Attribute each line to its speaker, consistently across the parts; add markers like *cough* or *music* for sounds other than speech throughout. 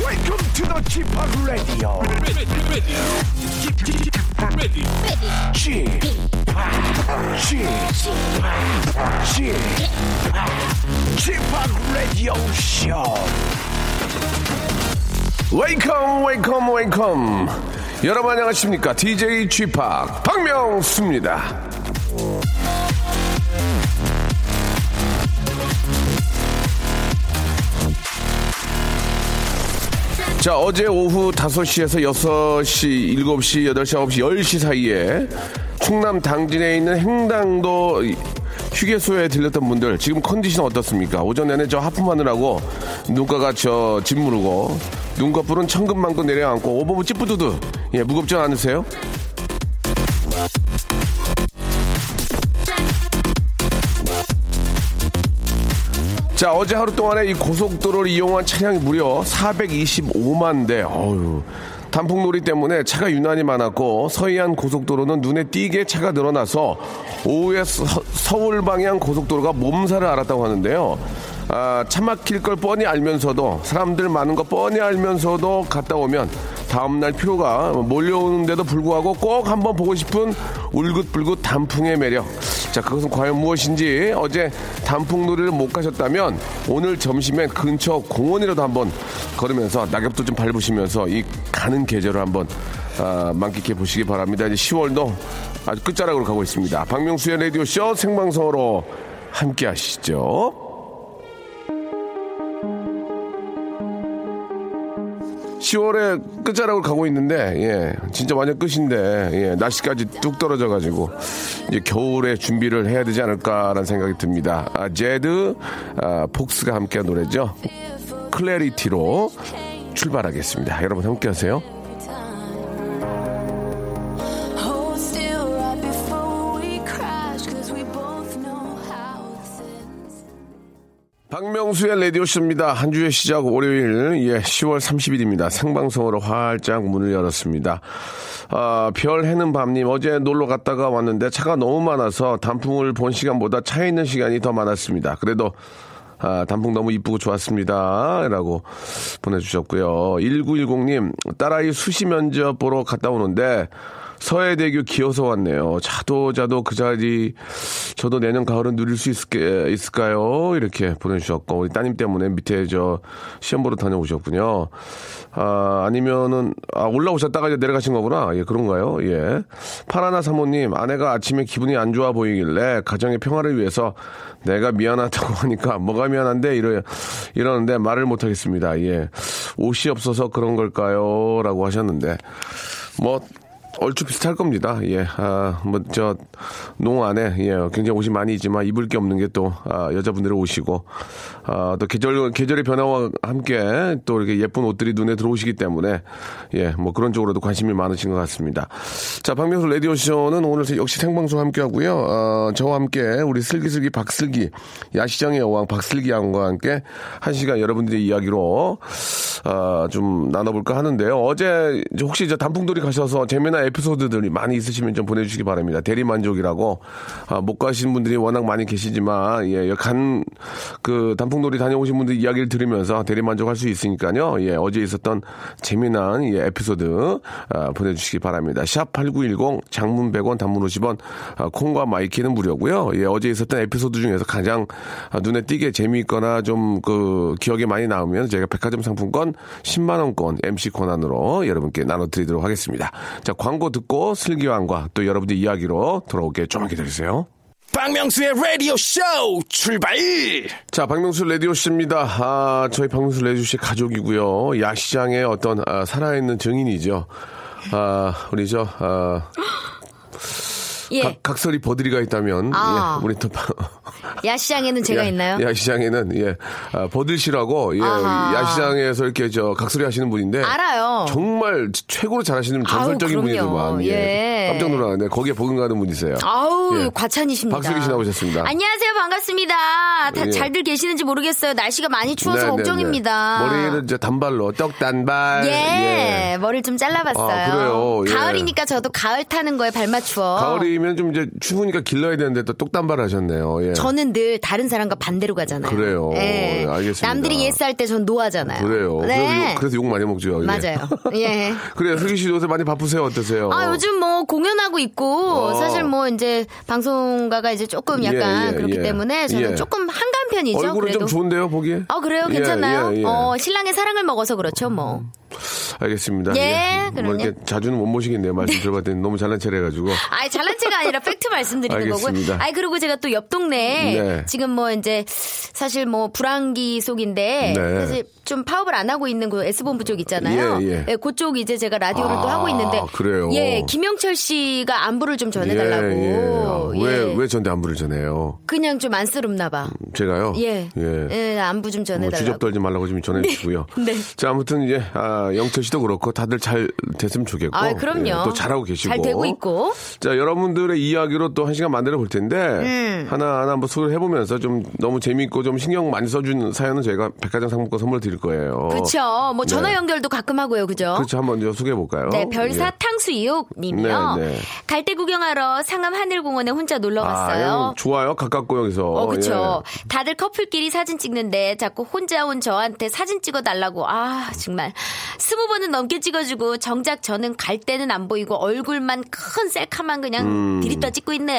Speaker 1: Welcome to the Chip Radio.
Speaker 2: ready, ready, ready, ready.
Speaker 1: Chip, Chip, Chip, Radio Show. Welcome, welcome, welcome. 여러분 안녕하십니까? DJ Chip 박명수입니다. 자, 어제 오후 5시에서 6시, 7시, 8시, 9시, 10시 사이에 충남 당진에 있는 행당도 휴게소에 들렸던 분들 지금 컨디션 어떻습니까? 오전에는 저 하품하느라고 눈가가 저 짓무르고 눈꺼풀은 천근만근 내려앉고 오버브 찌뿌두두 예 무겁지 않으세요? 자, 어제 하루 동안에 이 고속도로를 이용한 차량이 무려 425만 대. 어휴. 단풍놀이 때문에 차가 유난히 많았고 서해안 고속도로는 눈에 띄게 차가 늘어나서 오후에 서, 울 방향 고속도로가 몸살을 앓았다고 하는데요. 아, 차 막힐 걸 뻔히 알면서도 사람들 많은 거 뻔히 알면서도 갔다 오면 다음날 피로가 몰려오는데도 불구하고 꼭 한번 보고 싶은 울긋불긋 단풍의 매력. 자, 그것은 과연 무엇인지 어제 단풍놀이를 못 가셨다면 오늘 점심엔 근처 공원이라도 한번 걸으면서 낙엽도 좀 밟으시면서 이 가는 계절을 한번 아, 만끽해 보시기 바랍니다. 이제 10월도 아주 끝자락으로 가고 있습니다. 박명수의 라디오쇼 생방송으로 함께 하시죠. 10월에 끝자락을 가고 있는데, 예, 진짜 완전 끝인데, 예, 날씨까지 뚝 떨어져가지고, 이제 겨울에 준비를 해야 되지 않을까라는 생각이 듭니다. 아, 제드, 아, 폭스가 함께한 노래죠. 클래리티로 출발하겠습니다. 여러분 함께 하세요.
Speaker 3: Hold still right before we crash, cause we both know how this ends.
Speaker 1: 박명수의 라디오쇼입니다. 한 주의 시작 월요일, 예, 10월 30일입니다. 생방송으로 활짝 문을 열었습니다. 아, 별 해는 밤님, 어제 놀러 갔다가 왔는데 차가 너무 많아서 단풍을 본 시간보다 차에 있는 시간이 더 많았습니다. 그래도 아, 단풍 너무 이쁘고 좋았습니다. 라고 보내주셨고요. 1910님, 딸아이 수시 면접 보러 갔다 오는데, 서해대교 기어서 왔네요. 자도 자도 그 자리 저도 내년 가을은 누릴 수 있을게, 있을까요? 이렇게 보내주셨고 우리 따님 때문에 밑에 저 시험 보러 다녀오셨군요. 아 아니면은 아 올라오셨다가 이제 내려가신 거구나. 예 그런가요? 예 파라나 사모님 아내가 아침에 기분이 안 좋아 보이길래 가정의 평화를 위해서 내가 미안하다고 *laughs* 하니까 뭐가 미안한데 이러 이러는데 말을 못 하겠습니다. 예 옷이 없어서 그런 걸까요?라고 하셨는데 뭐 얼추 비슷할 겁니다. 예, 아, 뭐, 저, 농 안에, 예, 굉장히 옷이 많이 있지만 입을 게 없는 게 또, 아, 여자분들의 옷이고, 아, 또 계절, 계절의 변화와 함께 또 이렇게 예쁜 옷들이 눈에 들어오시기 때문에, 예, 뭐 그런 쪽으로도 관심이 많으신 것 같습니다. 자, 박명수 라디오쇼는 오늘 역시 생방송 함께 하고요. 어, 저와 함께 우리 슬기슬기 박슬기, 야시장의 여왕 박슬기 양과 함께 한 시간 여러분들의 이야기로, 아, 좀 나눠볼까 하는데요. 어제 이제 혹시 저 단풍돌이 가셔서 재미난 에피소드들이 많이 있으시면 좀 보내주시기 바랍니다. 대리만족이라고. 아, 못 가신 분들이 워낙 많이 계시지만, 예, 간, 그 단풍놀이 다녀오신 분들 이야기를 들으면서 대리만족할 수 있으니까요. 예, 어제 있었던 재미난 예, 에피소드 아, 보내주시기 바랍니다. 샵 8910 장문 100원 단문 50원 아, 콩과 마이키는 무료고요. 예, 어제 있었던 에피소드 중에서 가장 아, 눈에 띄게 재미있거나 좀 그 기억에 많이 남으면 저희가 백화점 상품권 10만 원권 MC 권한으로 여러분께 나눠드리도록 하겠습니다. 자 광고 듣고 슬기왕과 또 여러분들 이야기로 돌아올게 좀만 기다리세요.
Speaker 4: 박명수의 라디오 쇼 출발!
Speaker 1: 자, 박명수 라디오 씨입니다. 아, 저희 박명수 라디오 씨 가족이고요. 야시장의 어떤 아, 살아있는 증인이죠. 아, 우리 저 아,
Speaker 5: 예.
Speaker 1: 각, 각설이 버드리가 있다면
Speaker 5: 아.
Speaker 1: 예, 우리 또 *laughs* 박-
Speaker 5: 야시장에는 제가
Speaker 1: 야-
Speaker 5: 있나요?
Speaker 1: 야시장에는 예 아, 버들씨라고 예
Speaker 5: 아하.
Speaker 1: 야시장에서 이렇게 저 각설이 하시는 분인데
Speaker 5: 알아요.
Speaker 1: 정말 최고로 잘하시는 전설적인
Speaker 5: 아우, 그럼요.
Speaker 1: 분이더만 예.
Speaker 5: 예.
Speaker 1: 깜짝 놀랐는데 거기에 버금가는 분이세요.
Speaker 5: 아우
Speaker 1: 예.
Speaker 5: 과찬이십니다.
Speaker 1: 박슬기 씨 나오셨습니다.
Speaker 5: 안녕하세요 반갑습니다. 다
Speaker 1: 예.
Speaker 5: 잘들 계시는지 모르겠어요. 날씨가 많이 추워서
Speaker 1: 네, 네, 네.
Speaker 5: 걱정입니다.
Speaker 1: 머리는 이제 단발로 떡 단발.
Speaker 5: 예, 머리를 좀 잘라봤어요.
Speaker 1: 아, 그래요? 예.
Speaker 5: 가을이니까 저도 가을 타는 거에 발맞추어.
Speaker 1: 가을이면 좀 이제 추우니까 길러야 되는데 또 똑단발 하셨네요. 예.
Speaker 5: 저는 늘 다른 사람과 반대로 가잖아요.
Speaker 1: 그래요.
Speaker 5: 예.
Speaker 1: 예, 알겠습니다.
Speaker 5: 남들이 예스 할 때 전 노하잖아요.
Speaker 1: 그래요. 그래서,
Speaker 5: 네.
Speaker 1: 욕, 그래서 욕 많이 먹죠. 예. *laughs*
Speaker 5: 맞아요. 예.
Speaker 1: 그래요. 슬기 씨 요새 많이 바쁘세요? 어떠세요?
Speaker 5: 아 요즘 뭐 공연하고 있고
Speaker 1: 어.
Speaker 5: 사실 뭐 이제 방송가가 이제 조금 약간
Speaker 1: 예, 예,
Speaker 5: 그렇기
Speaker 1: 예.
Speaker 5: 때문에 저는
Speaker 1: 예.
Speaker 5: 조금 한가한 편이죠.
Speaker 1: 얼굴은
Speaker 5: 그래도.
Speaker 1: 좀 좋은데요, 보기에?
Speaker 5: 어 그래요
Speaker 1: 예,
Speaker 5: 괜찮나요?
Speaker 1: 예, 예.
Speaker 5: 어 신랑의 사랑을 먹어서 그렇죠 뭐.
Speaker 1: 알겠습니다.
Speaker 5: 예,
Speaker 1: 뭐
Speaker 5: 그럼요.
Speaker 1: 이렇게 자주는 못 모시겠네요. 말씀 들어봤더니 너무 잘난 체를 해가지고.
Speaker 5: 아이 잘난 체가 아니라 팩트 말씀드리는
Speaker 1: 알겠습니다.
Speaker 5: 거고요. 아이 그리고 제가 또 옆 동네에
Speaker 1: 네.
Speaker 5: 지금 뭐 이제 사실 뭐 불황기 속인데
Speaker 1: 네.
Speaker 5: 사실 좀 파업을 안 하고 있는 그 S본부 쪽 있잖아요. 네,
Speaker 1: 예, 예.
Speaker 5: 그쪽 이제 제가 라디오를 또
Speaker 1: 아,
Speaker 5: 하고 있는데
Speaker 1: 그래요?
Speaker 5: 예, 김영철 씨가 안부를 좀 전해 달라고.
Speaker 1: 예, 예. 아, 왜,
Speaker 5: 예.
Speaker 1: 왜 전대 안부를 전해요?
Speaker 5: 그냥 좀 안쓰럽나 봐.
Speaker 1: 제가요?
Speaker 5: 예. 예. 안부 좀 전해
Speaker 1: 뭐
Speaker 5: 달라고.
Speaker 1: 주접 떨지 말라고 좀 전해주시고요.
Speaker 5: *laughs* 네.
Speaker 1: 자, 아무튼 이제 아, 영철 씨도 그렇고 다들 잘 됐으면 좋겠고.
Speaker 5: 아, 그럼요.
Speaker 1: 예, 또 잘하고 계시고.
Speaker 5: 잘 되고 있고.
Speaker 1: 자, 여러분들의 이야기로 또 한 시간 만들어 볼 텐데
Speaker 5: 네.
Speaker 1: 하나하나 한번 소개를 해보면서 좀 너무 재미있고 좀 신경 많이 써준 사연은 저희가 백화점 상품권 선물 드릴 거예요.
Speaker 5: 그렇죠. 뭐 전화
Speaker 1: 어. 네.
Speaker 5: 연결도 가끔 하고요. 그죠?
Speaker 1: 그렇죠. 한번 좀 소개해 볼까요? 예.
Speaker 5: 네, 별사 탕수이옥님이요.
Speaker 1: 어? 네, 네.
Speaker 5: 갈대 구경하러 상암 하늘공원에 혼자 놀러
Speaker 1: 아,
Speaker 5: 갔어요.
Speaker 1: 이거 좋아요. 예. 가깝고 여기서.
Speaker 5: 어, 그쵸. 다들 커플끼리 사진 찍는데 자꾸 혼자 온 저한테 사진 찍어달라고. 아, 정말. 스무 번은 넘게 찍어주고 정작 저는 갈 때는 안 보이고 얼굴만 큰 셀카만 그냥
Speaker 1: 음.
Speaker 5: 디립다 찍고 있네요.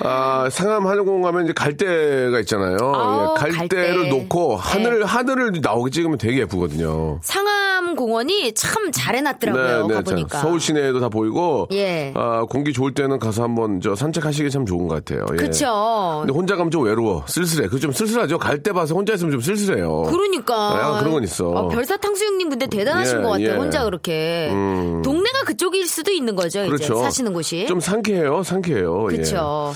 Speaker 1: 아, 상암 하늘공원 가면 이제 갈대가 있잖아요.
Speaker 5: 아우,
Speaker 1: 예, 갈대를
Speaker 5: 갈대.
Speaker 1: 놓고 하늘
Speaker 5: 네.
Speaker 1: 하늘을 나오게 찍으면 되게 예쁘거든요.
Speaker 5: 상암 공원이 참 잘해놨더라고요. 가보니까.
Speaker 1: 네, 참 서울 시내에도 다 보이고
Speaker 5: 예.
Speaker 1: 아, 공기 좋을 때는 가서 한번 저 산책하시기 참 좋은 것 같아요. 예.
Speaker 5: 그쵸.
Speaker 1: 근데 혼자 가면 좀 외로워. 쓸쓸해. 그 좀 쓸쓸하죠. 갈 때 봐서 혼자 있으면 좀 쓸쓸해요.
Speaker 5: 그러니까.
Speaker 1: 아, 약간 그런 건 있어.
Speaker 5: 아, 별사 탕수육님 근데 대단하신
Speaker 1: 예,
Speaker 5: 것 같아요.
Speaker 1: 예. 음.
Speaker 5: 혼자 그렇게. 동네가 그쪽일 수도 있는 거죠. 이제
Speaker 1: 그렇죠.
Speaker 5: 사시는 곳이.
Speaker 1: 좀 상쾌해요. 상쾌해요. 예.
Speaker 5: 그렇죠.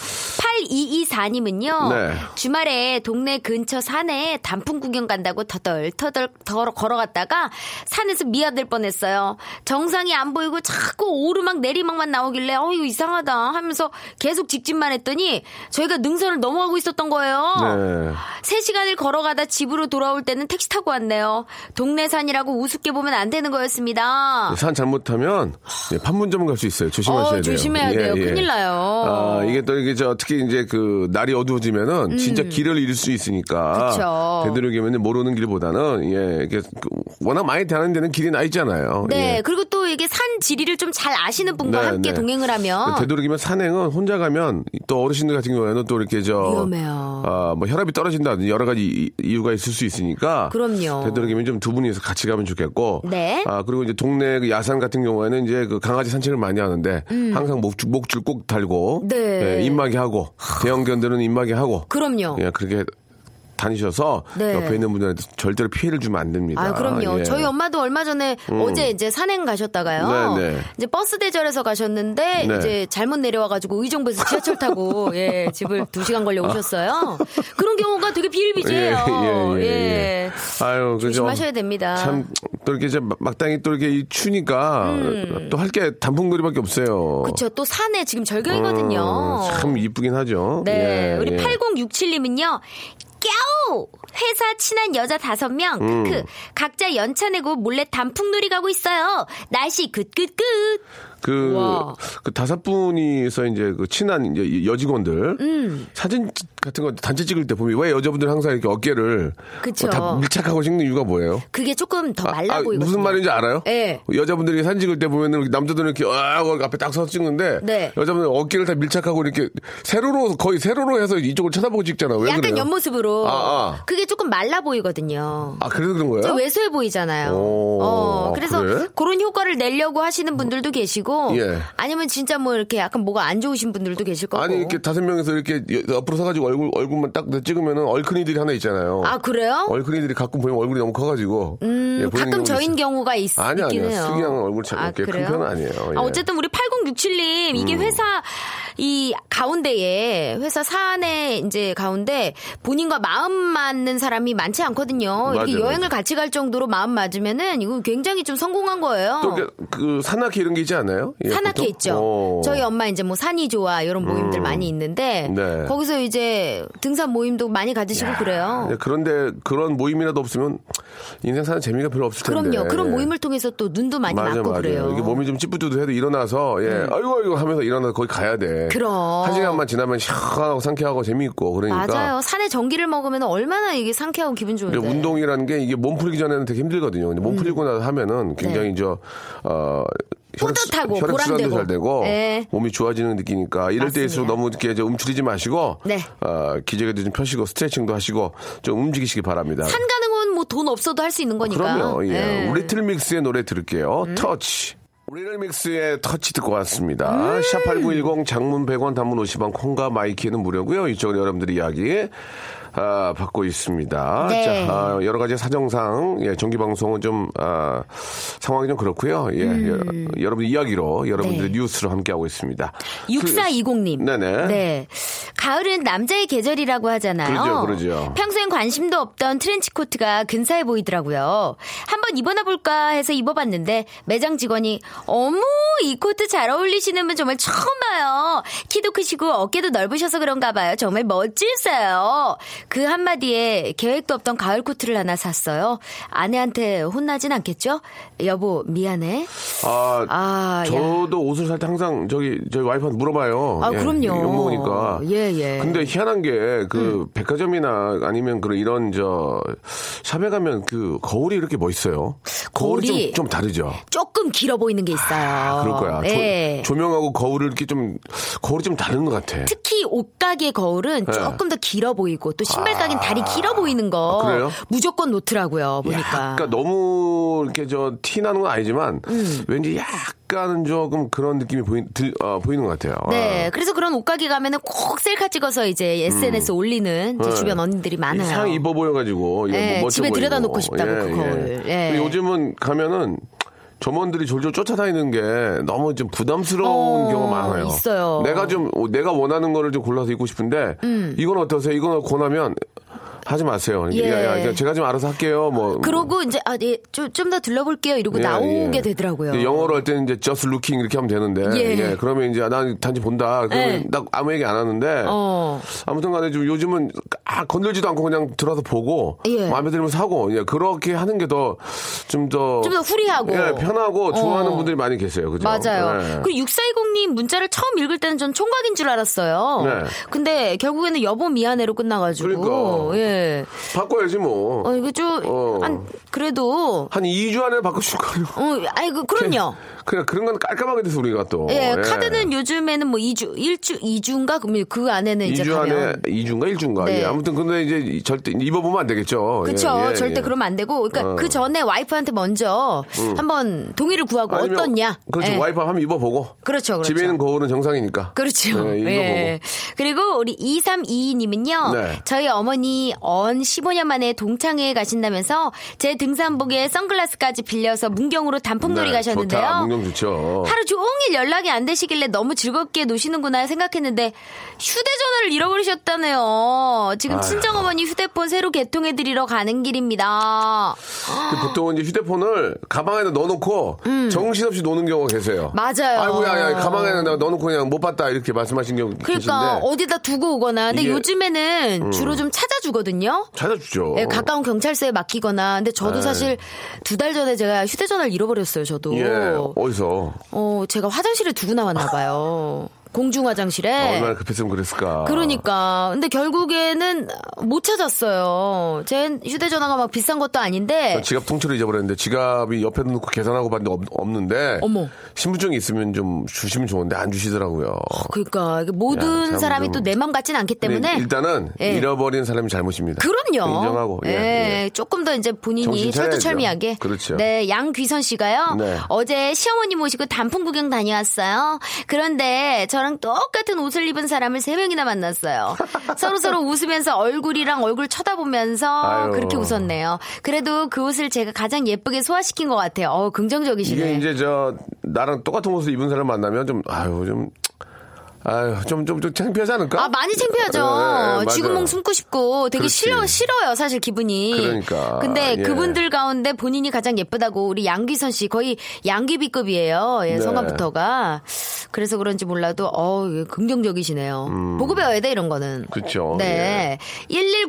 Speaker 5: 8224님은요.
Speaker 1: 네.
Speaker 5: 주말에 동네 근처 산에 단풍 구경 간다고 터덜터덜 덜 걸어갔다가 산에서 미아될 뻔했어요. 정상이 안 보이고 자꾸 오르막 내리막만 나오길래 어 이거 이상하다 하면서 계속 직진만 했더니 저희가 능선을 넘어가고 있었던 거예요.
Speaker 1: 네.
Speaker 5: 3시간을 걸어가다 집으로 돌아올 때는 택시 타고 왔네요. 동네 산이라고 우습게 보면 안 되는 거였습니다.
Speaker 1: 산 잘못하면 예, 판문점 갈 수 있어요. 조심하셔야
Speaker 5: 어,
Speaker 1: 돼요. 예,
Speaker 5: 조심해야 돼요. 큰일 나요.
Speaker 1: 아, 이게 또 이게 저 특히 이제 그 날이 어두워지면은 진짜 길을 잃을 수 있으니까
Speaker 5: 음. 그쵸.
Speaker 1: 되도록이면 모르는 길보다는 예, 이게 그 워낙 많이 다는 데는 길이 나 있잖아요.
Speaker 5: 네,
Speaker 1: 예.
Speaker 5: 그리고 또 이게 산 지리를 좀 잘 아시는 분과
Speaker 1: 네,
Speaker 5: 함께
Speaker 1: 네.
Speaker 5: 동행을 하면
Speaker 1: 되도록이면 산행은 혼자 가면 또 어르신들 같은 경우에는 또 이렇게 저
Speaker 5: 위험해요.
Speaker 1: 아, 뭐 혈압이 떨어진다든지 여러 가지 이- 이유가 있을 수 있으니까
Speaker 5: 그럼요.
Speaker 1: 되도록이면 좀 두 분이서 같이 가면 좋겠고
Speaker 5: 네.
Speaker 1: 아, 그리고 이제 동네 그 야산 같은 경우에는 이제 그 강아지 산책을 많이 하는데 항상 목줄 목줄 꼭 달고
Speaker 5: 음. 네.
Speaker 1: 예, 입마개 하고 대형견들은 입마개 하고
Speaker 5: 그럼요.
Speaker 1: 예, 그렇게 다니셔서
Speaker 5: 네.
Speaker 1: 옆에 있는 분들한테 절대로 피해를 주면 안 됩니다.
Speaker 5: 아, 그럼요.
Speaker 1: 예. 음.
Speaker 5: 저희 엄마도 얼마 전에 어제 이제 산행 가셨다가요.
Speaker 1: 네, 네.
Speaker 5: 이제 버스 대절에서 가셨는데
Speaker 1: 네.
Speaker 5: 이제 잘못 내려와가지고 의정부에서 지하철 타고 예 집을 두 시간 걸려 오셨어요. 그런 경우가 되게 비일비재해요.
Speaker 1: 예, 예, 예, 예.
Speaker 5: 예.
Speaker 1: 아유, 그죠.
Speaker 5: 조심하셔야 됩니다.
Speaker 1: 참, 또 이렇게 이제 막- 막당히 또 이렇게 이 추니까 또 할 게 단풍거리밖에 없어요.
Speaker 5: 음. 그쵸. 또 산에 지금
Speaker 1: 어,
Speaker 5: 절경이거든요.
Speaker 1: 참 이쁘긴 하죠.
Speaker 5: 네.
Speaker 1: 예,
Speaker 5: 우리
Speaker 1: 예.
Speaker 5: 8067님은요. 깨우! 회사 친한 여자 다섯 명,
Speaker 1: 음.
Speaker 5: 크크. 각자 연차 내고 몰래 단풍놀이 가고 있어요. 날씨 굿굿굿.
Speaker 1: 그,
Speaker 5: 와.
Speaker 1: 그 다섯 분이서 이제 그 친한 이제 여직원들
Speaker 5: 음.
Speaker 1: 사진 찍- 같은 거 단체 찍을 때 보면 왜 여자분들 항상 이렇게 어깨를
Speaker 5: 그쵸.
Speaker 1: 어, 다 밀착하고 찍는 이유가 뭐예요?
Speaker 5: 그게 조금 더
Speaker 1: 아,
Speaker 5: 말라
Speaker 1: 아,
Speaker 5: 보이거든요.
Speaker 1: 무슨 말인지 알아요?
Speaker 5: 예.
Speaker 1: 여자분들이 사진 찍을 때 보면은 이렇게 남자들은 이렇게 아 하고 앞에 딱 서서 찍는데
Speaker 5: 네.
Speaker 1: 여자분들 어깨를 다 밀착하고 이렇게 세로로 거의 세로로 해서 이쪽을 쳐다보고 찍잖아. 왜
Speaker 5: 약간
Speaker 1: 그래요?
Speaker 5: 옆모습으로.
Speaker 1: 아, 아.
Speaker 5: 그게 조금 말라 보이거든요.
Speaker 1: 아 그래서 그런 거예요?
Speaker 5: 좀 왜소해 보이잖아요.
Speaker 1: 오,
Speaker 5: 어,
Speaker 1: 아,
Speaker 5: 그래서
Speaker 1: 그래?
Speaker 5: 그런 효과를 내려고 하시는 분들도 계시고
Speaker 1: 예.
Speaker 5: 아니면 진짜 뭐 이렇게 약간 뭐가 안 좋으신 분들도 계실 거고.
Speaker 1: 아니 이렇게 다섯 명이서 이렇게 여- 옆으로 서가지고 얼굴 얼굴만 딱 찍으면은 얼큰이들이 하나 있잖아요.
Speaker 5: 아, 그래요?
Speaker 1: 얼큰이들이 가끔 보면 얼굴이 너무 커가지고. 음,
Speaker 5: 가끔 저인 경우가 있,
Speaker 1: 아니,
Speaker 5: 있긴
Speaker 1: 아니요.
Speaker 5: 해요.
Speaker 1: 수기 양은 얼굴 참 이렇게 큰
Speaker 5: 그래요?
Speaker 1: 편은 아니에요. 예. 음.
Speaker 5: 아, 어쨌든 우리 8067님 이게 회사 이 가운데에 회사 사내 이제 가운데 본인과 마음 맞는 사람이 많지 않거든요. 이렇게
Speaker 1: 맞아요,
Speaker 5: 여행을
Speaker 1: 맞아요.
Speaker 5: 같이 갈 정도로 마음 맞으면은 이거 굉장히 좀 성공한 거예요.
Speaker 1: 또그 그 산악회 이런 게 있지 않아요? 예,
Speaker 5: 산악회
Speaker 1: 보통?
Speaker 5: 있죠.
Speaker 1: 어.
Speaker 5: 저희 엄마 이제 뭐 산이 좋아 이런 모임들 많이 있는데
Speaker 1: 네.
Speaker 5: 거기서 이제 등산 모임도 많이 가지시고 그래요.
Speaker 1: 예, 그런데 그런 모임이라도 없으면 인생 사는 재미가 별로 없을 텐데.
Speaker 5: 그럼요. 그런
Speaker 1: 예.
Speaker 5: 모임을 통해서 또 눈도 많이
Speaker 1: 맞아,
Speaker 5: 맞고
Speaker 1: 맞아.
Speaker 5: 그래요. 음.
Speaker 1: 이게 몸이 좀 찌뿌드해도 일어나서 예, 아이고 아이고 하면서 일어나서 거기 가야 돼.
Speaker 5: 그럼.
Speaker 1: 한 시간만 지나면 시원하고 상쾌하고 재미있고 그러니까.
Speaker 5: 맞아요. 네. 산에 전기를 먹으면 얼마나 이게 상쾌하고 기분 좋은데.
Speaker 1: 근데 운동이라는 게 이게 몸 풀기 전에는 되게 힘들거든요. 근데 몸 풀리고 나서 하면은 굉장히
Speaker 5: 음. 네.
Speaker 1: 이제 어
Speaker 5: 뿌듯하고
Speaker 1: 혈액순환도
Speaker 5: 보람되고.
Speaker 1: 잘 되고
Speaker 5: 네.
Speaker 1: 몸이 좋아지는 느끼니까 이럴
Speaker 5: 맞습니다.
Speaker 1: 때일수록 너무 이렇게 이제 움츠리지 마시고
Speaker 5: 네.
Speaker 1: 어, 기저귀도 좀 펴시고 스트레칭도 하시고 좀 움직이시기 바랍니다.
Speaker 5: 산 가는 건 뭐 돈 없어도 할 수 있는 거니까. 음.
Speaker 1: 그럼요. 예.
Speaker 5: 예.
Speaker 1: 리틀믹스의 노래 들을게요. 터치. 리틀믹스의 터치 듣고
Speaker 5: 음.
Speaker 1: 왔습니다. 샵8910 장문 100원 단문 50원 콩과 마이키는 무료고요. 이쪽은 여러분들이 이야기 아, 받고 있습니다.
Speaker 5: 네.
Speaker 1: 자, 아, 여러 가지 사정상 예, 정기 방송은 좀 아, 상황이 좀 그렇고요. 예, 여, 여러분 이야기로 여러분들의
Speaker 5: 음. 네.
Speaker 1: 뉴스로 함께 하고 있습니다.
Speaker 5: 6420님.
Speaker 1: 네네.
Speaker 5: 네. 가을은 남자의 계절이라고 하잖아요.
Speaker 1: 그러죠, 그러죠.
Speaker 5: 평소엔 관심도 없던 트렌치코트가 근사해 보이더라고요. 한번 입어놔볼까 해서 입어봤는데 매장 직원이 어머 이 코트 잘 어울리시는 분 정말 처음 봐요. 키도 크시고 어깨도 넓으셔서 그런가 봐요. 정말 멋지세요. 그 한마디에 계획도 없던 가을 코트를 하나 샀어요. 아내한테 혼나진 않겠죠? 여보 미안해.
Speaker 1: 아,
Speaker 5: 아,
Speaker 1: 저도 옷을 살 때 항상 저기 저희 와이프한테 물어봐요.
Speaker 5: 아, 그럼요.
Speaker 1: 욕먹으니까.
Speaker 5: 예, 음. 예.
Speaker 1: 근데 희한한 게 그 백화점이나 아니면 그런 이런 저 샵에 가면 그 거울이 이렇게 멋있어요. 거울이,
Speaker 5: 거울이.
Speaker 1: 좀, 좀 다르죠.
Speaker 5: 조금 길어 보이는 게 있어요.
Speaker 1: 아, 그럴 거야. 조-
Speaker 5: 예.
Speaker 1: 조명하고 거울을 이렇게 좀 거울이 좀 다른 것 같아.
Speaker 5: 특히 옷가게 거울은
Speaker 1: 네.
Speaker 5: 조금 더 길어 보이고 또 신발 가게는 다리 길어 보이는 거
Speaker 1: 아, 그래요?
Speaker 5: 무조건 놓더라고요 보니까
Speaker 1: 약간 너무 이렇게 저 티 나는 건 아니지만
Speaker 5: 음.
Speaker 1: 왠지 약간은 조금 그런 느낌이 보이, 들, 어, 보이는 것 같아요.
Speaker 5: 네 그래서 그런 옷가게 가면은 꼭 셀카 찍어서 이제 SNS 올리는 제
Speaker 1: 네.
Speaker 5: 주변 언니들이 많아요
Speaker 1: 상 입어 보여가지고 이거
Speaker 5: 네,
Speaker 1: 뭐 멋져
Speaker 5: 집에
Speaker 1: 보이고.
Speaker 5: 들여다 놓고 싶다고, 그 거울. 예.
Speaker 1: 근데 요즘은 가면은 점원들이 졸졸 쫓아다니는 게 너무 좀 부담스러운
Speaker 5: 어,
Speaker 1: 경우가 많아요.
Speaker 5: 있어요.
Speaker 1: 내가 좀 어, 내가 원하는 거를 좀 골라서 입고 싶은데 이건 어떠세요? 이건 권하면 하지 마세요.
Speaker 5: 음. 예.
Speaker 1: 야, 야, 그냥 제가 좀 알아서 할게요. 뭐
Speaker 5: 그러고 이제 아, 예, 좀좀 더 둘러볼게요 이러고
Speaker 1: 예,
Speaker 5: 나오게
Speaker 1: 예.
Speaker 5: 되더라고요
Speaker 1: 근데 영어로 할 때는 이제 just looking 이렇게 하면 되는데
Speaker 5: 예.
Speaker 1: 예, 그러면 이제 난 단지 본다. 그러면
Speaker 5: 예.
Speaker 1: 나 아무 얘기 안 하는데
Speaker 5: 어.
Speaker 1: 아무튼간에 좀 요즘은 아, 건들지도 않고 그냥 들어서 보고
Speaker 5: 예.
Speaker 1: 마음에 들면 사고 예, 그렇게 하는 게 더 좀 더
Speaker 5: 좀더 후리하고.
Speaker 1: 예, 편하고 좋아하는
Speaker 5: 어.
Speaker 1: 분들이 많이 계세요. 그죠?
Speaker 5: 맞아요.
Speaker 1: 예.
Speaker 5: 그리고 6420님 문자를 처음 읽을 때는 전 총각인 줄 알았어요.
Speaker 1: 네.
Speaker 5: 근데 결국에는 여보 미안해로 끝나가지고.
Speaker 1: 그러니까.
Speaker 5: 예.
Speaker 1: 바꿔야지 뭐.
Speaker 5: 어, 이거 좀,
Speaker 1: 어.
Speaker 5: 안- 그래도
Speaker 1: 한 2주 안에 바꿔줄 거예요.
Speaker 5: 어, 아이고, 그럼요.
Speaker 1: *laughs* 그냥 그런 건 깔끔하게 돼서 우리가 또.
Speaker 5: 예, 카드는 요즘에는 뭐 2주, 1주, 2주인가? 그러면 그 안에는 이제
Speaker 1: 2주 안에 예,
Speaker 5: 가면.
Speaker 1: 2주인가 1주인가. 예,
Speaker 5: 네.
Speaker 1: 아무튼 근데 이제 절대 입어보면 안 되겠죠.
Speaker 5: 그쵸.
Speaker 1: 예, 예,
Speaker 5: 절대
Speaker 1: 예.
Speaker 5: 그러면 안 되고. 그러니까
Speaker 1: 어. 음.
Speaker 5: 그 전에 와이프한테 먼저 한번 동의를 구하고
Speaker 1: 아니면-
Speaker 5: 어떻냐.
Speaker 1: 그렇죠.
Speaker 5: 예.
Speaker 1: 와이프 한번 입어보고.
Speaker 5: 그렇죠, 그렇죠.
Speaker 1: 집에 있는 거울은 정상이니까.
Speaker 5: 그렇죠.
Speaker 1: 예, 입어보고.
Speaker 5: 예. 그리고 우리 2322님은요.
Speaker 1: 네.
Speaker 5: 저희 어머니 언 15년 만에 동창회에 가신다면서 제 등산복에 선글라스까지 빌려서 문경으로 단풍놀이
Speaker 1: 네,
Speaker 5: 가셨는데요.
Speaker 1: 좋다. 문경 좋죠.
Speaker 5: 하루 종일 연락이 안 되시길래 너무 즐겁게 노시는구나 생각했는데 휴대전화를 잃어버리셨다네요. 지금
Speaker 1: 아유.
Speaker 5: 친정어머니 휴대폰 새로 개통해드리러 가는 길입니다.
Speaker 1: 그 보통은 이제 휴대폰을 가방에다 넣어놓고 정신없이 노는 경우가 계세요.
Speaker 5: 음. 맞아요.
Speaker 1: 아이고야, 야, 가방에다 넣어놓고 그냥 못 봤다 이렇게 말씀하신 경우
Speaker 5: 그러니까
Speaker 1: 계신데
Speaker 5: 어디다 두고 오거나 근데
Speaker 1: 이게- 음.
Speaker 5: 요즘에는 주로 좀 찾아주거든요.
Speaker 1: 찾아주죠.
Speaker 5: 예, 가까운 경찰서에 맡기거나 근데
Speaker 1: 네.
Speaker 5: 저도 사실 두 달 전에 제가 휴대전화를 잃어버렸어요. 저도
Speaker 1: 예, 어디서
Speaker 5: 어 제가 화장실에 두고 나왔나 봐요. 공중 화장실에
Speaker 1: 얼마나 급했으면 그랬을까.
Speaker 5: 네. 그러니까. 근데 결국에는 못 찾았어요. 제 휴대전화가 막 비싼 것도 아닌데.
Speaker 1: 저 지갑 통째로 잊어버렸는데 지갑이 옆에 놓고 계산하고 봤는데 없, 는데
Speaker 5: 어머.
Speaker 1: 신분증이 있으면 좀 주시면 좋은데 안 주시더라고요.
Speaker 5: 그러니까 이게
Speaker 1: 야,
Speaker 5: 모든
Speaker 1: 참
Speaker 5: 사람이
Speaker 1: 좀-
Speaker 5: 또 내 맘 같진 않기 때문에.
Speaker 1: 근데 일단은
Speaker 5: 예.
Speaker 1: 잃어버린 사람이 잘못입니다.
Speaker 5: 그럼요.
Speaker 1: 인정하고. 예,
Speaker 5: 예,
Speaker 1: 예.
Speaker 5: 조금 더 이제 본인이
Speaker 1: 정신 차려야죠.
Speaker 5: 철두철미하게.
Speaker 1: 그렇죠.
Speaker 5: 네, 양귀선 씨가요.
Speaker 1: 네.
Speaker 5: 어제 시어머니 모시고 단풍 구경 다녀왔어요. 그런데 저랑 똑같은 옷을 입은 사람을 세
Speaker 1: *laughs*
Speaker 5: 명이나 만났어요. 서로 서로 웃으면서 얼굴이랑 얼굴 쳐다보면서
Speaker 1: 아유.
Speaker 5: 그렇게 웃었네요. 그래도 그 옷을 제가 가장 예쁘게 소화시킨 것 같아요. 어, 긍정적이시네.
Speaker 1: 이게 이제 저 나랑 똑같은 옷을 입은 사람 만나면 좀 아유 좀 아유 좀좀좀 창피하지 않을까?
Speaker 5: 아 많이 창피하죠.
Speaker 1: 예, 예, 맞아요.
Speaker 5: 지구멍 숨고 싶고 되게
Speaker 1: 그렇지.
Speaker 5: 싫어 싫어요 사실 기분이.
Speaker 1: 그러니까,
Speaker 5: 근데
Speaker 1: 예.
Speaker 5: 그분들 가운데 본인이 가장 예쁘다고 우리 양귀선 씨 거의 양귀비급이에요. 예,
Speaker 1: 네.
Speaker 5: 성함부터가 그래서 그런지 몰라도 어 이게 긍정적이시네요. 보고 배워야 돼 이런 거는.
Speaker 1: 음. 그쵸, 예.
Speaker 5: 네.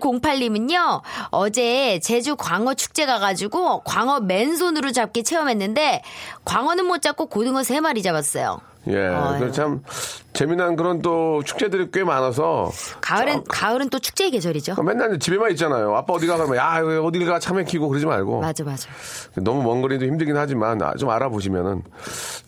Speaker 5: 1108님은요 어제 제주 광어 축제 가가지고 광어 맨손으로 잡기 체험했는데 광어는 못 잡고 고등어 세 마리 잡았어요.
Speaker 1: 예.
Speaker 5: 아유.
Speaker 1: 그참 재미난 그런 또 축제들이 꽤 많아서
Speaker 5: 가을은 가을은 또 축제의 계절이죠.
Speaker 1: 어. 그러니까 맨날 집에만 있잖아요. 아빠 어디 가 그러면 야 여기 어딜 가 차맥 히고 그러지 말고
Speaker 5: 맞아 맞아.
Speaker 1: 너무 먼 거리도 힘들긴 하지만 아, 좀 알아보시면은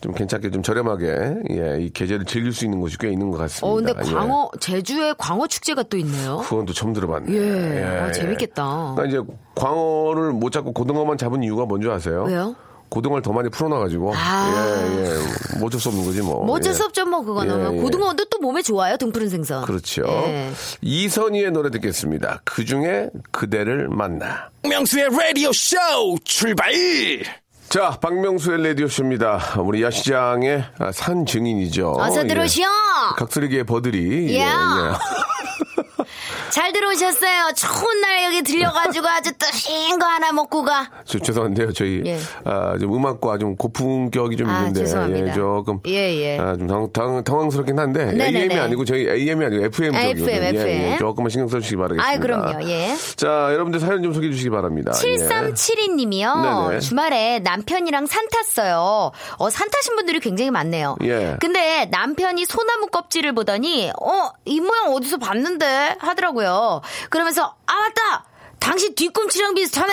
Speaker 1: 좀 괜찮게 좀 저렴하게 예, 이 계절을 즐길 수 있는 곳이 꽤 있는 것 같습니다.
Speaker 5: 어 근데
Speaker 1: 예.
Speaker 5: 광어 제주에 광어 축제가 또 있네요.
Speaker 1: 그건 또 처음 들어봤네.
Speaker 5: 예. 아, 재밌겠다.
Speaker 1: 나 그러니까 이제 광어를 못 잡고 고등어만 잡은 이유가 뭔지 아세요?
Speaker 5: 왜요?
Speaker 1: 고등어를 더 많이 풀어놔가지고
Speaker 5: 아.
Speaker 1: 예, 예. 뭐 어쩔 수 없는 거지 뭐.
Speaker 5: 뭐 어쩔
Speaker 1: 예.
Speaker 5: 수 없죠 뭐 그거는
Speaker 1: 예, 예.
Speaker 5: 고등어도 또 몸에 좋아요 등푸른 생선.
Speaker 1: 그렇죠.
Speaker 5: 예.
Speaker 1: 이선희의 노래 듣겠습니다. 그 중에 그대를 만나.
Speaker 4: 박명수의 라디오 쇼 출발!
Speaker 1: 자, 박명수의 라디오쇼입니다. 우리 야시장의 아, 산 증인이죠. 예.
Speaker 5: 어서 들어오시오.
Speaker 1: 각설기의 버들이.
Speaker 5: 예. 잘 들어오셨어요. 추운 날 여기 들려가지고 아주 뜨신 거 하나 먹고 가.
Speaker 1: 저, 아, 죄송한데요. 저희
Speaker 5: 예.
Speaker 1: 아, 좀 음악과 좀 고품격이 좀
Speaker 5: 아,
Speaker 1: 있는데
Speaker 5: 죄송합니다.
Speaker 1: 예, 조금
Speaker 5: 예, 예.
Speaker 1: 아, 좀 당, 당, 당황스럽긴 한데
Speaker 5: 네네네.
Speaker 1: AM이 아니고 저희 AM이 아니고 FM
Speaker 5: 아,
Speaker 1: 쪽이거든요.
Speaker 5: FM.
Speaker 1: 예, 예. 조금만 신경 써주시기 바라겠습니다.
Speaker 5: 아이, 그럼요. 예.
Speaker 1: 자, 여러분들 사연 좀 소개해 주시기 바랍니다. 예.
Speaker 5: 7372님이요.
Speaker 1: 네네.
Speaker 5: 주말에 남편이랑 산 탔어요. 어, 산 타신 분들이 굉장히 많네요.
Speaker 1: 예.
Speaker 5: 근데 남편이 소나무 껍질을 보더니, 어, 이 모양 어디서 봤는데? 하더라고요. 그러면서, 아, 맞다! 당신 뒤꿈치랑 비슷하네!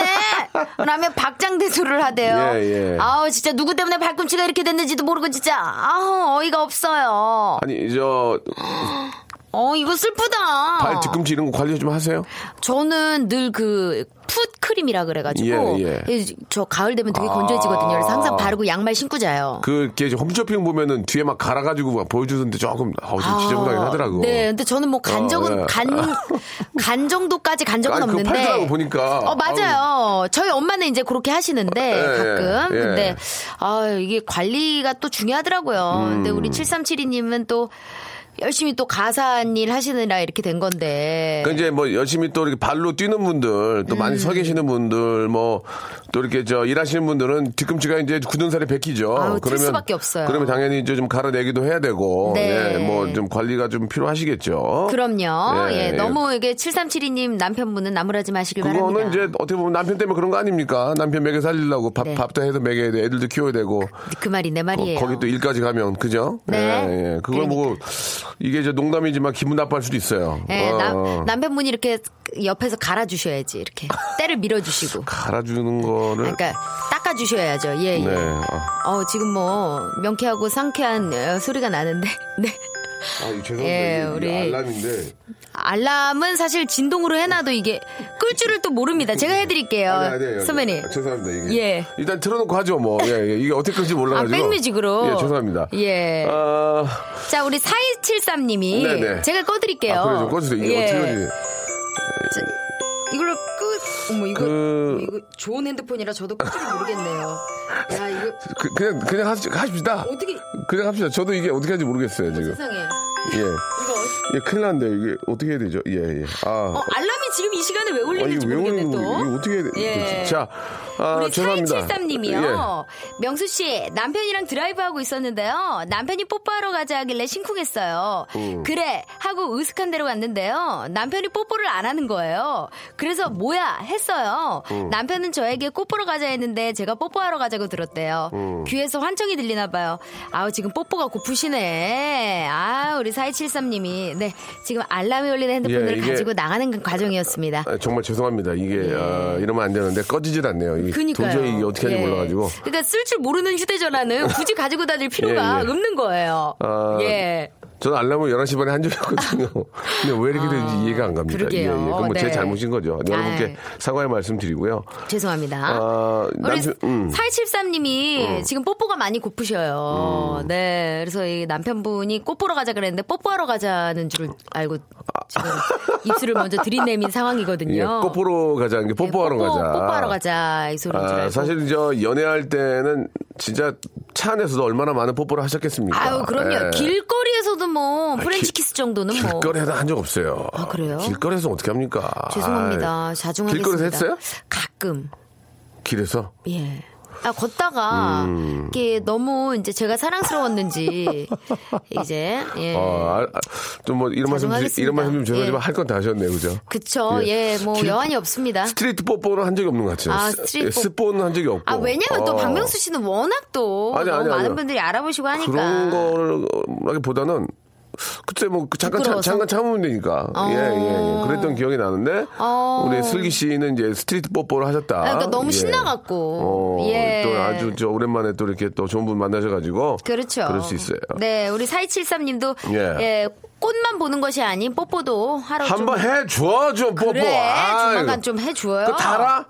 Speaker 5: 라며 박장대소를 하대요.
Speaker 1: 예, 예.
Speaker 5: 아우, 진짜 누구 때문에 발꿈치가 이렇게 됐는지도 모르고 진짜, 아우, 어이가 없어요.
Speaker 1: 아니, 저,
Speaker 5: 어, 이거 슬프다.
Speaker 1: 발 뒤꿈치 이런 거 관리 좀 하세요?
Speaker 5: 저는 늘 그 풋크림이라 그래가지고
Speaker 1: 예, 예.
Speaker 5: 예, 저 가을 되면 되게 건조해지거든요. 그래서 항상 바르고 양말 신고 자요.
Speaker 1: 그게 이제 홈쇼핑 보면은 뒤에 막 갈아가지고 막 보여주던데 조금, 아우, 좀 지저분하긴 하더라고.
Speaker 5: 네, 근데 저는 뭐 간
Speaker 1: 어,
Speaker 5: 적은
Speaker 1: 예. *laughs*
Speaker 5: 간, 간 정도까지 간 적은
Speaker 1: 아니, 그거
Speaker 5: 없는데.
Speaker 1: 팔더라고, 보니까.
Speaker 5: 어 맞아요. 저희 엄마는 이제 그렇게 하시는데
Speaker 1: 예,
Speaker 5: 가끔.
Speaker 1: 예.
Speaker 5: 근데 아 이게 관리가 또 중요하더라고요. 근데
Speaker 1: 음.
Speaker 5: 우리 7372님은 또 열심히 또 가사일 하시느라 이렇게 된 건데.
Speaker 1: 그 이제 뭐 열심히 또 이렇게 발로 뛰는 분들 또 많이
Speaker 5: 음.
Speaker 1: 서 계시는 분들 뭐 또 이렇게 저 일하시는 분들은 뒤꿈치가 이제 굳은 살이 베끼죠.
Speaker 5: 아우, 튈 수밖에 없어요.
Speaker 1: 그러면 당연히 이제 좀 갈아내기도 해야 되고
Speaker 5: 네.
Speaker 1: 예, 뭐 좀 관리가 좀 필요하시겠죠.
Speaker 5: 그럼요.
Speaker 1: 예,
Speaker 5: 예,
Speaker 1: 예.
Speaker 5: 너무 이게 7372님 남편분은 나무라지 마시길 바랍니다.
Speaker 1: 그거는 이제 어떻게 보면 남편 때문에 그런 거 아닙니까? 남편 먹여 살리려고 밥,
Speaker 5: 네.
Speaker 1: 밥도 해서 먹여야 돼. 애들도 키워야 되고. 뭐
Speaker 5: 그 말이 내 말이에요.
Speaker 1: 거기 또 일까지 가면, 그죠?
Speaker 5: 네. 그러니까.
Speaker 1: 예, 예. 그걸 보고, 이게 이제 농담이지만 기분 나빠할 수도 있어요.
Speaker 5: 예,
Speaker 1: 어,
Speaker 5: 남,
Speaker 1: 어.
Speaker 5: 남편분이 이렇게 옆에서 갈아주셔야지 이렇게
Speaker 1: *laughs*
Speaker 5: 때를 밀어주시고
Speaker 1: 갈아주는 거를.
Speaker 5: 그러니까 닦아주셔야죠. 예, 예.
Speaker 1: 네. 아.
Speaker 5: 어 지금 뭐 명쾌하고 상쾌한 어, 소리가 나는데 *laughs* 네
Speaker 1: 아, 이거 죄송한데
Speaker 5: 예,
Speaker 1: 이게
Speaker 5: 우리-
Speaker 1: 알람인데
Speaker 5: 알람은 사실 진동으로 해놔도 이게 끌 줄을 또 모릅니다. 제가 해드릴게요,
Speaker 1: 아니, 아니, 아니,
Speaker 5: 어, 선배님.
Speaker 1: 아, 죄송합니다. 이게
Speaker 5: 예.
Speaker 1: 일단 틀어놓고 하죠 뭐. 예, 예. 이게 어떻게 끌지 몰라가지고.
Speaker 5: 아, 백뮤직으로?
Speaker 1: 예, 죄송합니다.
Speaker 5: 예.
Speaker 1: 아,
Speaker 5: 자 우리 4273님이
Speaker 1: 네네.
Speaker 5: 제가 꺼드릴게요. 예.
Speaker 1: 아, 그래 좀 꺼주세요. 이게 어떻게 하지?
Speaker 5: 이걸로 끄. 어머 이거
Speaker 1: 그-
Speaker 5: 이거 좋은 핸드폰이라 저도 끌 줄 모르겠네요. 야 이거
Speaker 1: 그, 그냥 그냥 하시, 하십시다.
Speaker 5: 어떻게
Speaker 1: 그냥 합시다. 저도 이게 어떻게 하는지 모르겠어요 지금.
Speaker 5: 세상에.
Speaker 1: 예. 예, 큰일 났는데 이게 어떻게 해야 되죠? 예, 예. 아.
Speaker 5: 어, 알람이 지금 이 시간에 왜
Speaker 1: 아,
Speaker 5: 울리는지
Speaker 1: 이게 왜
Speaker 5: 모르겠네
Speaker 1: 오는 거
Speaker 5: 또.
Speaker 1: 이게 어떻게 해야 되지?
Speaker 5: 예.
Speaker 1: 자, 아,
Speaker 5: 우리
Speaker 1: 죄송합니다. 예.
Speaker 5: 4273님이요. 명수 씨, 남편이랑 드라이브하고 있었는데요. 남편이 뽀뽀하러 가자 하길래 심쿵했어요.
Speaker 1: 음.
Speaker 5: 그래 하고 으슥한 데로 갔는데요. 남편이 뽀뽀를 안 하는 거예요. 그래서 뭐야 했어요.
Speaker 1: 음.
Speaker 5: 남편은 저에게 뽀뽀러 가자 했는데 제가 뽀뽀하러 가자고 들었대요.
Speaker 1: 음.
Speaker 5: 귀에서 환청이 들리나 봐요. 아우 지금 뽀뽀가 고프시네. 아 우리 4273님이 네 지금 알람이 울리는 핸드폰을
Speaker 1: 예, 이게-
Speaker 5: 가지고 나가는 그 과정이었습니다.
Speaker 1: 아, 정말 죄송합니다. 이게 아, 이러면 안 되는데 꺼지질 않네요. 이게
Speaker 5: 예. 그니까요.
Speaker 1: 도저히 이게 어떻게 하는지
Speaker 5: 예.
Speaker 1: 몰라가지고.
Speaker 5: 그러니까 쓸 줄
Speaker 1: *laughs*
Speaker 5: 모르는 휴대전화는 굳이 가지고 다닐 필요가
Speaker 1: 예, 예.
Speaker 5: 없는 거예요.
Speaker 1: 아,
Speaker 5: 예.
Speaker 1: 저는 알람을 11시 반에 한 적이
Speaker 5: *laughs*
Speaker 1: 없거든요. 근데 왜 이렇게 되는지 이해가 안 갑니다.
Speaker 5: 아, 그러게요.
Speaker 1: 그건 뭐 제
Speaker 5: 네.
Speaker 1: 잘못인 거죠. 여러분께
Speaker 5: 아이.
Speaker 1: 사과의 말씀 드리고요.
Speaker 5: 죄송합니다.
Speaker 1: 아,
Speaker 5: 우리
Speaker 1: 남편, 음.
Speaker 5: 4273님이 지금 뽀뽀가 많이 고프셔요.
Speaker 1: 음.
Speaker 5: 네. 그래서 이 남편분이 꽃보러 가자 그랬는데 뽀뽀하러 가자는 줄 알고
Speaker 1: *laughs*
Speaker 5: 지금 입술을 먼저 들이내민
Speaker 1: 예,
Speaker 5: 상황이거든요.
Speaker 1: 뽀뽀로 가자. 이게 뽀뽀하러
Speaker 5: 예, 뽀뽀,
Speaker 1: 가자.
Speaker 5: 뽀뽀하러 가자. 이 소리인 줄
Speaker 1: 아,
Speaker 5: 알고.
Speaker 1: 사실 저 연애할 때는 진짜 차 안에서도 얼마나 많은 뽀뽀를 하셨겠습니까?
Speaker 5: 아유, 그럼요.
Speaker 1: 예. 아,
Speaker 5: 길거리에서도 뭐 프렌치
Speaker 1: 길-
Speaker 5: 키스 정도는 뭐.
Speaker 1: 길거리에서 한 적 없어요.
Speaker 5: 아, 그래요?
Speaker 1: 길거리에서 어떻게 합니까?
Speaker 5: 죄송합니다.
Speaker 1: 아이, 예.
Speaker 5: 자중하겠습니다.
Speaker 1: 길거리에서 했어요?
Speaker 5: 가끔.
Speaker 1: 길에서?
Speaker 5: 예. 아, 걷다가,
Speaker 1: 음. *laughs*
Speaker 5: 이게 너무 이제 제가 사랑스러웠는지, 이제, 예.
Speaker 1: 아, 아, 좀 뭐 이런 말씀 드리- 이런
Speaker 5: 자중하겠습니다.
Speaker 1: 말씀 좀 죄송하지만
Speaker 5: 예.
Speaker 1: 할 건 다 하셨네요, 그죠?
Speaker 5: 그쵸. 예, 뭐
Speaker 1: 길-
Speaker 5: 여한이 없습니다.
Speaker 1: 스트레이트 뽀뽀는 한 적이 없는 것 같아요.
Speaker 5: 아,
Speaker 1: 스-
Speaker 5: 스트레이트
Speaker 1: 예, 스뽀는 한 적이 없고.
Speaker 5: 아, 왜냐면
Speaker 1: 어.
Speaker 5: 또 박명수 씨는 워낙 또
Speaker 1: 아니,
Speaker 5: 너무
Speaker 1: 아니,
Speaker 5: 많은
Speaker 1: 아니요.
Speaker 5: 분들이 알아보시고 하니까.
Speaker 1: 그런 거라기보다는 그때 뭐그 잠깐 참,
Speaker 5: 부끄러워서?
Speaker 1: 잠깐 참으면 되니까
Speaker 5: 어.
Speaker 1: 예예 예, 그랬던 기억이 나는데
Speaker 5: 어.
Speaker 1: 우리 슬기 씨는 이제 스트리트 뽀뽀를 하셨다.
Speaker 5: 아, 그러니까 너무
Speaker 1: 예.
Speaker 5: 신나갖고.
Speaker 1: 어,
Speaker 5: 예.
Speaker 1: 또 아주 저 오랜만에 또 이렇게 또 좋은 분 만나셔가지고
Speaker 5: 그렇죠.
Speaker 1: 그럴 수 있어요.
Speaker 5: 네, 우리 4273님도
Speaker 1: 예.
Speaker 5: 예. 꽃만 보는 것이 아닌 뽀뽀도 하러
Speaker 1: 한번
Speaker 5: 좀
Speaker 1: 해줘 좀 뽀뽀.
Speaker 5: 그래
Speaker 1: 아이,
Speaker 5: 조만간 좀 해줘요.
Speaker 1: 그거 달아?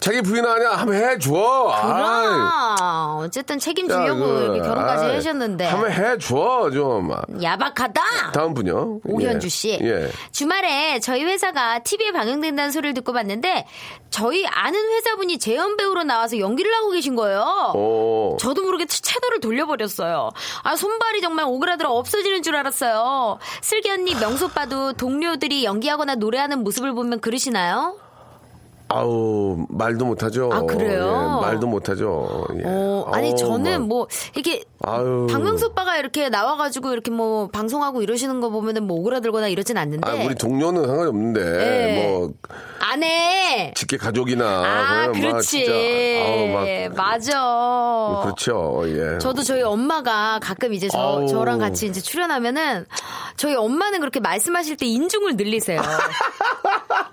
Speaker 1: 자기 부인 아니야? 한번 해줘. 아이.
Speaker 5: 그럼 어쨌든 책임지려고
Speaker 1: 야, 그,
Speaker 5: 이렇게 결혼까지
Speaker 1: 아이,
Speaker 5: 하셨는데
Speaker 1: 한번 해줘 좀.
Speaker 5: 야박하다.
Speaker 1: 다음 분요.
Speaker 5: 오현주 씨.
Speaker 1: 예.
Speaker 5: 주말에 저희 회사가 TV에 방영된다는 소리를 듣고 봤는데 저희 아는 회사분이 재연 배우로 나와서 연기를 하고 계신 거예요.
Speaker 1: 오.
Speaker 5: 저도 모르게 채- 채널을 돌려버렸어요. 아 손발이 정말 오그라들어 없어지는 줄 알았어요. 슬기 언니, 명소 오빠도 동료들이 연기하거나 노래하는 모습을 보면 그러시나요?
Speaker 1: 아우 말도 못하죠.
Speaker 5: 아, 그래요?
Speaker 1: 예, 말도 못하죠. 예.
Speaker 5: 어, 아니
Speaker 1: 아우,
Speaker 5: 저는
Speaker 1: 막.
Speaker 5: 뭐 이렇게
Speaker 1: 아유.
Speaker 5: 박명수 오빠가 이렇게 나와가지고 이렇게 뭐 방송하고 이러시는 거 보면은 뭐 오그라들거나 이러진 않는데
Speaker 1: 아, 우리 동료는 상관이 없는데
Speaker 5: 예.
Speaker 1: 뭐
Speaker 5: 안에
Speaker 1: 직계 가족이나
Speaker 5: 아,
Speaker 1: 그냥 막
Speaker 5: 그렇지.
Speaker 1: 진짜 아우 막
Speaker 5: 맞아.
Speaker 1: 그렇죠. 예.
Speaker 5: 저도 저희 엄마가 가끔 이제 저,
Speaker 1: 아우.
Speaker 5: 저랑 같이 이제 출연하면은 저희 엄마는 그렇게 말씀하실 때
Speaker 1: *laughs*
Speaker 5: 인중을 늘리세요.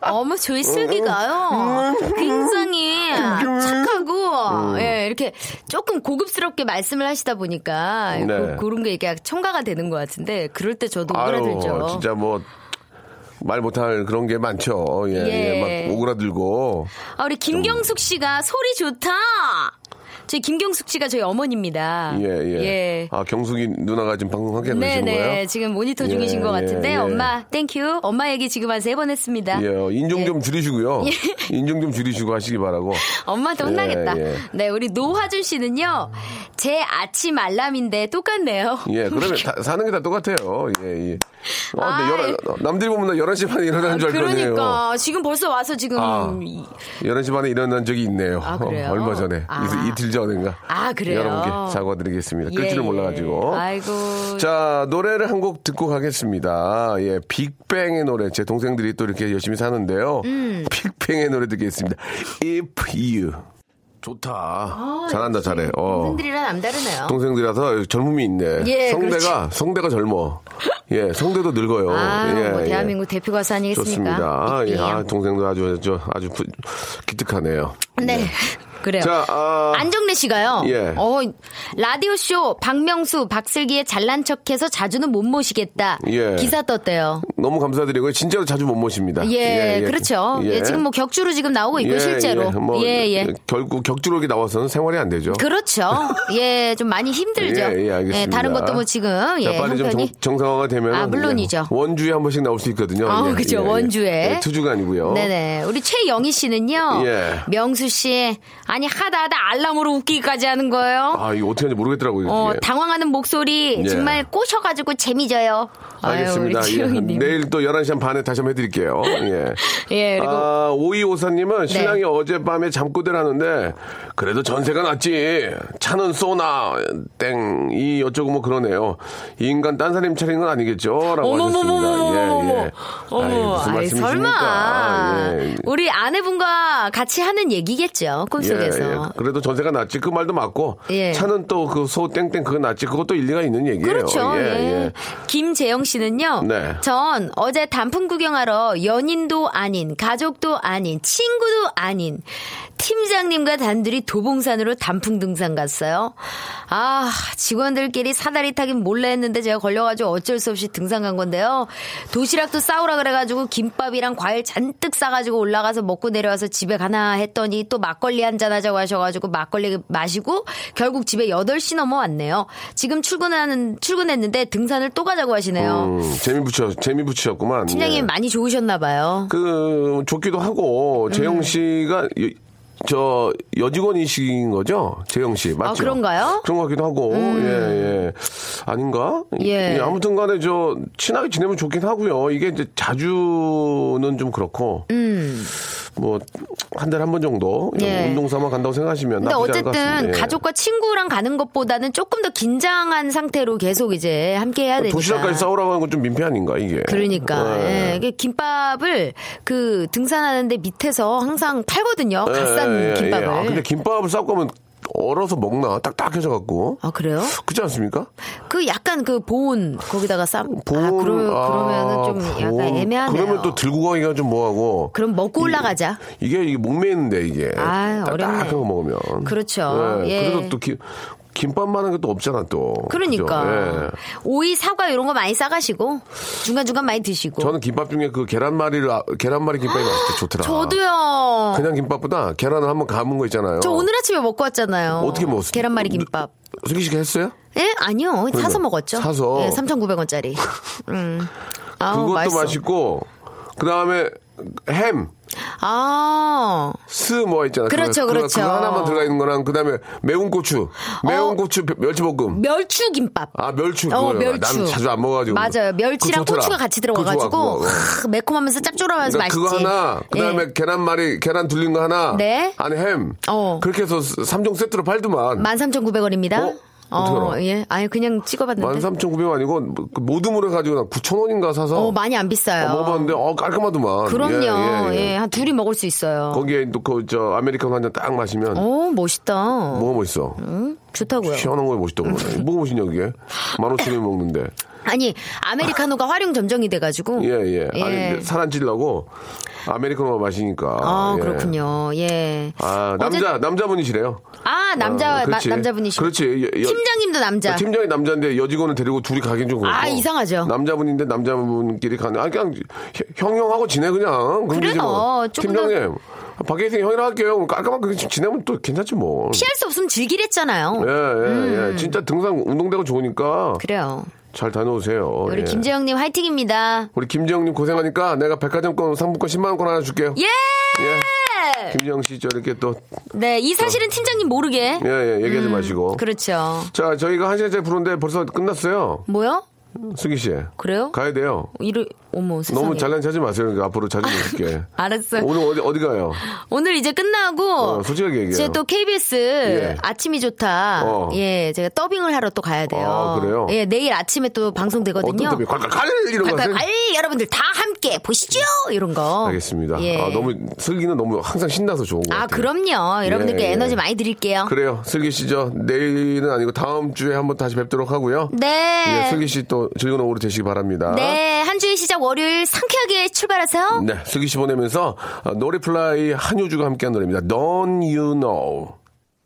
Speaker 5: 어머, 저희 슬기가요. 굉장히
Speaker 1: 음.
Speaker 5: 착하고, 예, 이렇게 조금 고급스럽게 말씀을 하시다 보니까
Speaker 1: 네.
Speaker 5: 그, 그런 게 이게 청가가 되는 것 같은데 그럴 때 저도
Speaker 1: 아유,
Speaker 5: 오그라들죠.
Speaker 1: 진짜 뭐 말 못할 그런 게 많죠. 예,
Speaker 5: 예.
Speaker 1: 예. 막 오그라들고.
Speaker 5: 아, 우리 김경숙 씨가 소리 좋다! 저희 김경숙 씨가 저희 어머니입니다.
Speaker 1: 예, 예. 아, 경숙이 누나가 지금 방송 함께
Speaker 5: 네네
Speaker 1: 하시는 거예요?
Speaker 5: 지금 모니터
Speaker 1: 예,
Speaker 5: 중이신 것
Speaker 1: 예,
Speaker 5: 같은데
Speaker 1: 예.
Speaker 5: 엄마 땡큐 엄마 얘기 지금 한 세 번 했습니다.
Speaker 1: 예, 인종 좀 줄이시고요.
Speaker 5: 예.
Speaker 1: 인종 좀 줄이시고 하시기 바라고.
Speaker 5: 엄마한테 혼나겠다.
Speaker 1: 예, 예.
Speaker 5: 네 우리 노화준 씨는요 제 아침 알람인데 똑같네요.
Speaker 1: 예, 그러면 다- 사는 게 다 똑같아요. 예, 예. 아,
Speaker 5: 아,
Speaker 1: 근데 열한- 남들이 보면 나 11시 반에 일어나는 줄 알거든요.
Speaker 5: 그러니까 지금 벌써 와서 지금
Speaker 1: 아.
Speaker 5: 이-
Speaker 1: 11시 반에 일어난 적이 있네요.
Speaker 5: 아, 그래요?
Speaker 1: 어, 얼마 전에.
Speaker 5: 아.
Speaker 1: 이, 틀 전인가.
Speaker 5: 아, 그래요?
Speaker 1: 여러분께 사과드리겠습니다.
Speaker 5: 예,
Speaker 1: 끌 줄을
Speaker 5: 예.
Speaker 1: 몰라가지고.
Speaker 5: 아이고.
Speaker 1: 자, 노래를 한 곡 듣고 가겠습니다. 예, 빅뱅의 노래. 제 동생들이 또 이렇게 열심히 사는데요.
Speaker 5: 음.
Speaker 1: 빅뱅의 노래 듣겠습니다. If You. 좋다. 잘한다, 잘해. 어.
Speaker 5: 동생들이랑 아, 남다르네요.
Speaker 1: 동생들이라서 젊음이 있네.
Speaker 5: 예,
Speaker 1: 성대가,
Speaker 5: 그렇지.
Speaker 1: 성대가 젊어. 예, 성대도 늙어요.
Speaker 5: 아,
Speaker 1: 예,
Speaker 5: 뭐
Speaker 1: 예.
Speaker 5: 대한민국 대표 가수 아니겠습니까?
Speaker 1: 좋습니다. 예, 아,
Speaker 5: 빅뱅.
Speaker 1: 동생도 아주 아주, 아주 부- 기특하네요.
Speaker 5: 네. 그래요.
Speaker 1: 자, 아,
Speaker 5: 안정래 씨가요.
Speaker 1: 예.
Speaker 5: 어, 라디오 쇼 박명수 박슬기의 잘난 척해서 자주는 못 모시겠다.
Speaker 1: 예.
Speaker 5: 기사 떴대요.
Speaker 1: 너무 감사드리고요. 진짜로 자주 못 모십니다.
Speaker 5: 예, 그렇죠. 예. 지금 뭐 격주로 지금 나오고 있고
Speaker 1: 예,
Speaker 5: 실제로.
Speaker 1: 예, 뭐,
Speaker 5: 예, 예.
Speaker 1: 결국 격주로 이렇게 나와서는 생활이 안 되죠.
Speaker 5: 그렇죠. 예, 좀 많이 힘들죠.
Speaker 1: 예, 예, 알겠습니다.
Speaker 5: 다른 것도 뭐 지금
Speaker 1: 자,
Speaker 5: 예,
Speaker 1: 빨리 좀
Speaker 5: 형편이
Speaker 1: 정, 상화가 되면
Speaker 5: 아, 물론이죠.
Speaker 1: 원주에 한 번씩 나올 수 있거든요.
Speaker 5: 아, 그죠. 원주에.
Speaker 1: 예, 투주가 아니고요.
Speaker 5: 네네. 우리 최영희 씨는요.
Speaker 1: 예.
Speaker 5: 명수 씨 아니 하다 하다 알람으로 웃기기까지 하는 거예요.
Speaker 1: 아, 이거 어떻게 하는지 모르겠더라고요.
Speaker 5: 어,
Speaker 1: 이게.
Speaker 5: 당황하는 목소리
Speaker 1: 예.
Speaker 5: 정말 꼬셔가지고 재미져요.
Speaker 1: 알겠습니다.
Speaker 5: 아유, 우리
Speaker 1: 예,
Speaker 5: 최영희님.
Speaker 1: 내일 또 11시 한 반에 다시 한번 해드릴게요. 예.
Speaker 5: 예, 그리고-
Speaker 1: 아, 오이오사님은 신랑이
Speaker 5: 네.
Speaker 1: 어젯밤에 잠꼬대를 하는데, 그래도 전세가 낫지. 차는 쏘나, 땡. 이, 어쩌고 뭐 그러네요. 이 인간 딴 사람 차린 건 아니겠죠? 라고 하셨습니다. 예, 예. 아이,
Speaker 5: 어머,
Speaker 1: 무슨
Speaker 5: 아이,
Speaker 1: 말씀이십니까?
Speaker 5: 설마.
Speaker 1: 아, 예.
Speaker 5: 우리 아내분과 같이 하는 얘기겠죠, 꿈속에서.
Speaker 1: 예, 예. 그래도 전세가 낫지. 그 말도 맞고.
Speaker 5: 예.
Speaker 1: 차는 또 그 소 땡땡 그거 낫지. 그것도 일리가 있는 얘기예요.
Speaker 5: 그렇죠.
Speaker 1: 예,
Speaker 5: 예,
Speaker 1: 예.
Speaker 5: 김재영 씨는요.
Speaker 1: 네.
Speaker 5: 전 어제 단풍 구경하러 연인도 아닌 가족도 아닌 친구도 아닌 팀장님과 단둘이 도봉산으로 단풍 등산 갔어요. 아 직원들끼리 사다리 타긴 몰래 했는데 제가 걸려가지고 어쩔 수 없이 등산 간 건데요. 도시락도 싸우라 그래가지고 김밥이랑 과일 잔뜩 싸가지고 올라가서 먹고 내려와서 집에 가나 했더니 또 막걸리 한잔 하자고 하셔가지고 막걸리 마시고 결국 집에 8시 넘어왔네요. 지금 출근하는 출근했는데 등산을 또 가자고 하시네요.
Speaker 1: 음, 재미 붙여, 재미 붙이셨구만.
Speaker 5: 팀장님
Speaker 1: 예.
Speaker 5: 많이 좋으셨나 봐요.
Speaker 1: 그 좋기도 하고
Speaker 5: 음.
Speaker 1: 재영 씨가 여- 저 여직원이신 거죠? 재영 씨 맞죠?
Speaker 5: 아, 그런가요? 음.
Speaker 1: 그런 것 같기도 하고 예 예. 아닌가?
Speaker 5: 예.
Speaker 1: 아무튼 간에 저 친하게 지내면 좋긴 하고요. 이게 이제 자주는 좀 그렇고 뭐 한 달에 한 번 정도
Speaker 5: 음. 예.
Speaker 1: 운동 삼아 간다고 생각하시면
Speaker 5: 근데
Speaker 1: 나쁘지 않을 것
Speaker 5: 어쨌든
Speaker 1: 같습니다. 예.
Speaker 5: 가족과 친구랑 가는 것보다는 조금 더 긴장한 상태로 계속 이제 함께 해야 되니까.
Speaker 1: 도시락까지 싸우라고 하는 건 좀 민폐 아닌가 이게.
Speaker 5: 그러니까
Speaker 1: 예.
Speaker 5: 예. 이게 김밥을 그 등산하는데 밑에서 항상 팔거든요. 갓싼
Speaker 1: 예, 예,
Speaker 5: 김밥을.
Speaker 1: 예. 아, 근데 김밥을 싸고 가면 얼어서 먹나? 딱딱해져 갖고.
Speaker 5: 아, 그래요?
Speaker 1: 그렇지 않습니까?
Speaker 5: 그 약간 그 보온 거기다가 쌈. 아,
Speaker 1: 보온-
Speaker 5: 그러,
Speaker 1: 아,
Speaker 5: 그러면은 좀 약간
Speaker 1: 보온.
Speaker 5: 애매하네요.
Speaker 1: 그러면 또 들고 가기가 좀 뭐하고.
Speaker 5: 그럼 먹고
Speaker 1: 이-
Speaker 5: 올라가자.
Speaker 1: 이게, 이게 목매는데 이게.
Speaker 5: 아유, 어렵네.
Speaker 1: 딱딱한 거 먹으면.
Speaker 5: 그렇죠. 예.
Speaker 1: 그래도 또 기, 김밥만 한게 또 없잖아 또. 그죠?
Speaker 5: 그러니까
Speaker 1: 예.
Speaker 5: 오이 사과 이런 거 많이 싸가시고 중간 중간 많이 드시고.
Speaker 1: 저는 김밥 중에 그 계란말이를 아- 계란말이 김밥이 맛있 좋더라.
Speaker 5: 저도요.
Speaker 1: 그냥 김밥보다 계란을 한번 감은 거 있잖아요.
Speaker 5: 저 오늘 아침에 먹고 왔잖아요.
Speaker 1: 어. 어떻게 먹었어요?
Speaker 5: 계란말이 김밥.
Speaker 1: 승기 씨가 했어요?
Speaker 5: 예? 아니요. 사서 먹었죠.
Speaker 1: 그러니까 사서.
Speaker 5: 예, 3,900원짜리. 음. 아우,
Speaker 1: *laughs* 그것도
Speaker 5: 맛있어.
Speaker 1: 맛있고 그 다음에 햄.
Speaker 5: 아.
Speaker 1: 스 뭐 있잖아.
Speaker 5: 그렇죠,
Speaker 1: 그거- 그거-
Speaker 5: 그렇죠.
Speaker 1: 그거 하나만 들어가 있는 거랑 그다음에 매운 고추, 매운
Speaker 5: 어.
Speaker 1: 고추 멸치볶음.
Speaker 5: 멸추 김밥.
Speaker 1: 아 멸치
Speaker 5: 어,
Speaker 1: 그거
Speaker 5: 멸추.
Speaker 1: 난 자주 안 먹어가지고
Speaker 5: 맞아요.
Speaker 1: 그거
Speaker 5: 멸치랑
Speaker 1: 좋더라.
Speaker 5: 고추가 같이
Speaker 1: 그거 좋아,
Speaker 5: 들어가가지고
Speaker 1: 그거.
Speaker 5: 크, 매콤하면서 짭조름하면서
Speaker 1: 그러니까 그거
Speaker 5: 맛있지.
Speaker 1: 하나 그다음에
Speaker 5: 예.
Speaker 1: 계란말이 계란 둘린 거 하나
Speaker 5: 네.
Speaker 1: 안에 햄
Speaker 5: 어.
Speaker 1: 그렇게 해서 삼종 세트로 팔더만
Speaker 5: 13,900원입니다.
Speaker 1: 어? 어떻게 알아?
Speaker 5: 예. 아니, 그냥 찍어봤는데.
Speaker 1: 13,900원 아니고 뭐, 그 모듬으로 해가지고 나 9,000원인가 사서
Speaker 5: 어, 많이 안 비싸요.
Speaker 1: 어, 먹어봤는데 어 깔끔하더만
Speaker 5: 그럼요.
Speaker 1: 예, 예, 예.
Speaker 5: 예, 한 둘이 먹을 수 있어요.
Speaker 1: 거기에 또 그 저 아메리카노 한 잔 딱 마시면
Speaker 5: 어, 멋있다.
Speaker 1: 뭐가 멋있어
Speaker 5: 좋다고요.
Speaker 1: 시원한 거에 멋있다고 그러네. 뭐가 멋있냐 그게 15,000원에 먹는데
Speaker 5: 아니,
Speaker 1: *laughs*
Speaker 5: 아메리카노가 활용 점정이 돼가지고.
Speaker 1: 예예
Speaker 5: 예.
Speaker 1: 아니 살안 찔라고 아메리카노 마시니까
Speaker 5: 아,
Speaker 1: 예.
Speaker 5: 그렇군요. 예.
Speaker 1: 아 남자 남자분이시래요
Speaker 5: 아, 남자,
Speaker 1: 아, 그렇지.
Speaker 5: 남자분이시고.
Speaker 1: 그렇지. 여- 여-
Speaker 5: 팀장님도 남자.
Speaker 1: 팀장이 남자인데 여직원을 데리고 둘이 가긴 좀 그렇고.
Speaker 5: 아, 이상하죠.
Speaker 1: 남자분인데 남자분끼리 가는. 아 그냥 형형하고 지내 그냥. 그럼
Speaker 5: 그래요.
Speaker 1: 되지 뭐.
Speaker 5: 조금
Speaker 1: 팀장님 밖에 있으니 형이랑 할게요. 깔끔하게 그렇게 지- 지내면 또 괜찮지 뭐.
Speaker 5: 피할 수 없으면 즐기랬잖아요.
Speaker 1: 예예 예. 진짜 등산 운동되고 좋으니까
Speaker 5: 음. 그래요.
Speaker 1: 잘 다녀오세요.
Speaker 5: 우리
Speaker 1: 예.
Speaker 5: 김재영님 화이팅입니다.
Speaker 1: 우리 김재영님 고생하니까 내가 백화점권 상품권 10만 원권 하나 줄게요.
Speaker 5: 예!
Speaker 1: 예. 김재영 씨 저 이렇게 또
Speaker 5: 네, 이 사실은 팀장님 모르게.
Speaker 1: 아. 예, 예, 얘기하지 마시고.
Speaker 5: 음, 그렇죠.
Speaker 1: 자 저희가 한 시간째 부른데 벌써 끝났어요.
Speaker 5: 뭐요?
Speaker 1: 승기 씨.
Speaker 5: 그래요?
Speaker 1: 가야 돼요.
Speaker 5: 이를, 어머, 세상에.
Speaker 1: 너무 잘난 체 하지 마세요. 그러니까 앞으로 자주 모실게.
Speaker 5: 알았어요.
Speaker 1: 오늘 어디, 어디 가요?
Speaker 5: 오늘 이제 끝나고
Speaker 1: 어, 솔직하게 얘기해요.
Speaker 5: 이제 또 KBS 아침이 좋다.
Speaker 1: 예. 어.
Speaker 5: 예, 제가 더빙을 하러 또 가야 돼요.
Speaker 1: 아, 그래요?
Speaker 5: 예, 내일 아침에 또 방송되거든요.
Speaker 1: 어떤 탑이 콸콸콸! 이런 거
Speaker 5: 콸콸콸!
Speaker 1: 하세요?
Speaker 5: 여러분들 다 함께 보시죠. 이런 거.
Speaker 1: 알겠습니다.
Speaker 5: 예.
Speaker 1: 아, 너무, 슬기는 너무 항상 신나서 좋은 것 같아요.
Speaker 5: 아, 그럼요. 여러분들께
Speaker 1: 예, 예.
Speaker 5: 에너지 많이 드릴게요.
Speaker 1: 그래요. 슬기 씨, 저, 내일은 아니고 다음 주에 한번 다시 뵙도록 하고요.
Speaker 5: 네.
Speaker 1: 예, 슬기 씨 또 즐거운 오후 되시기 바랍니다.
Speaker 5: 네, 한 주의 시작 월요일 상쾌하게 출발하세요.
Speaker 1: 네, 슬기 씨 보내면서 어, 노리플라이 한효주가 함께한 노래입니다. Don't You Know.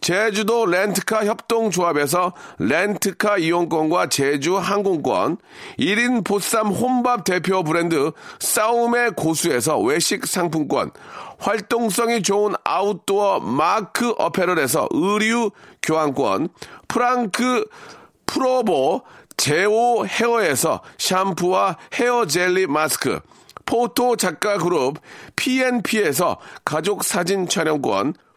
Speaker 1: 제주도 렌트카 협동조합에서 렌트카 이용권과 제주 항공권, 1인 보쌈 혼밥 대표 브랜드 싸움의 고수에서 외식 상품권, 활동성이 좋은 아웃도어 마크 어페럴에서 의류 교환권, 프랑크 프로보 제오 헤어에서 샴푸와 헤어 젤리 마스크, 포토 작가 그룹 PNP에서 가족 사진 촬영권,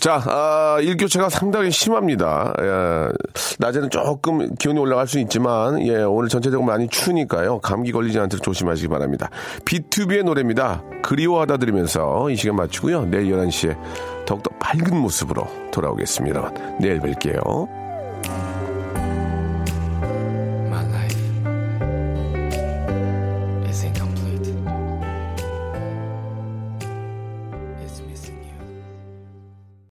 Speaker 1: 자, 아, 일교차가 상당히 심합니다. 예, 낮에는 조금 기온이 올라갈 수 있지만, 예, 오늘 전체적으로 많이 추우니까요. 감기 걸리지 않도록 조심하시기 바랍니다. B2B의 노래입니다. 그리워하다 들으면서 이 시간 마치고요. 내일 11시에 더욱더 밝은 모습으로 돌아오겠습니다. 내일 뵐게요.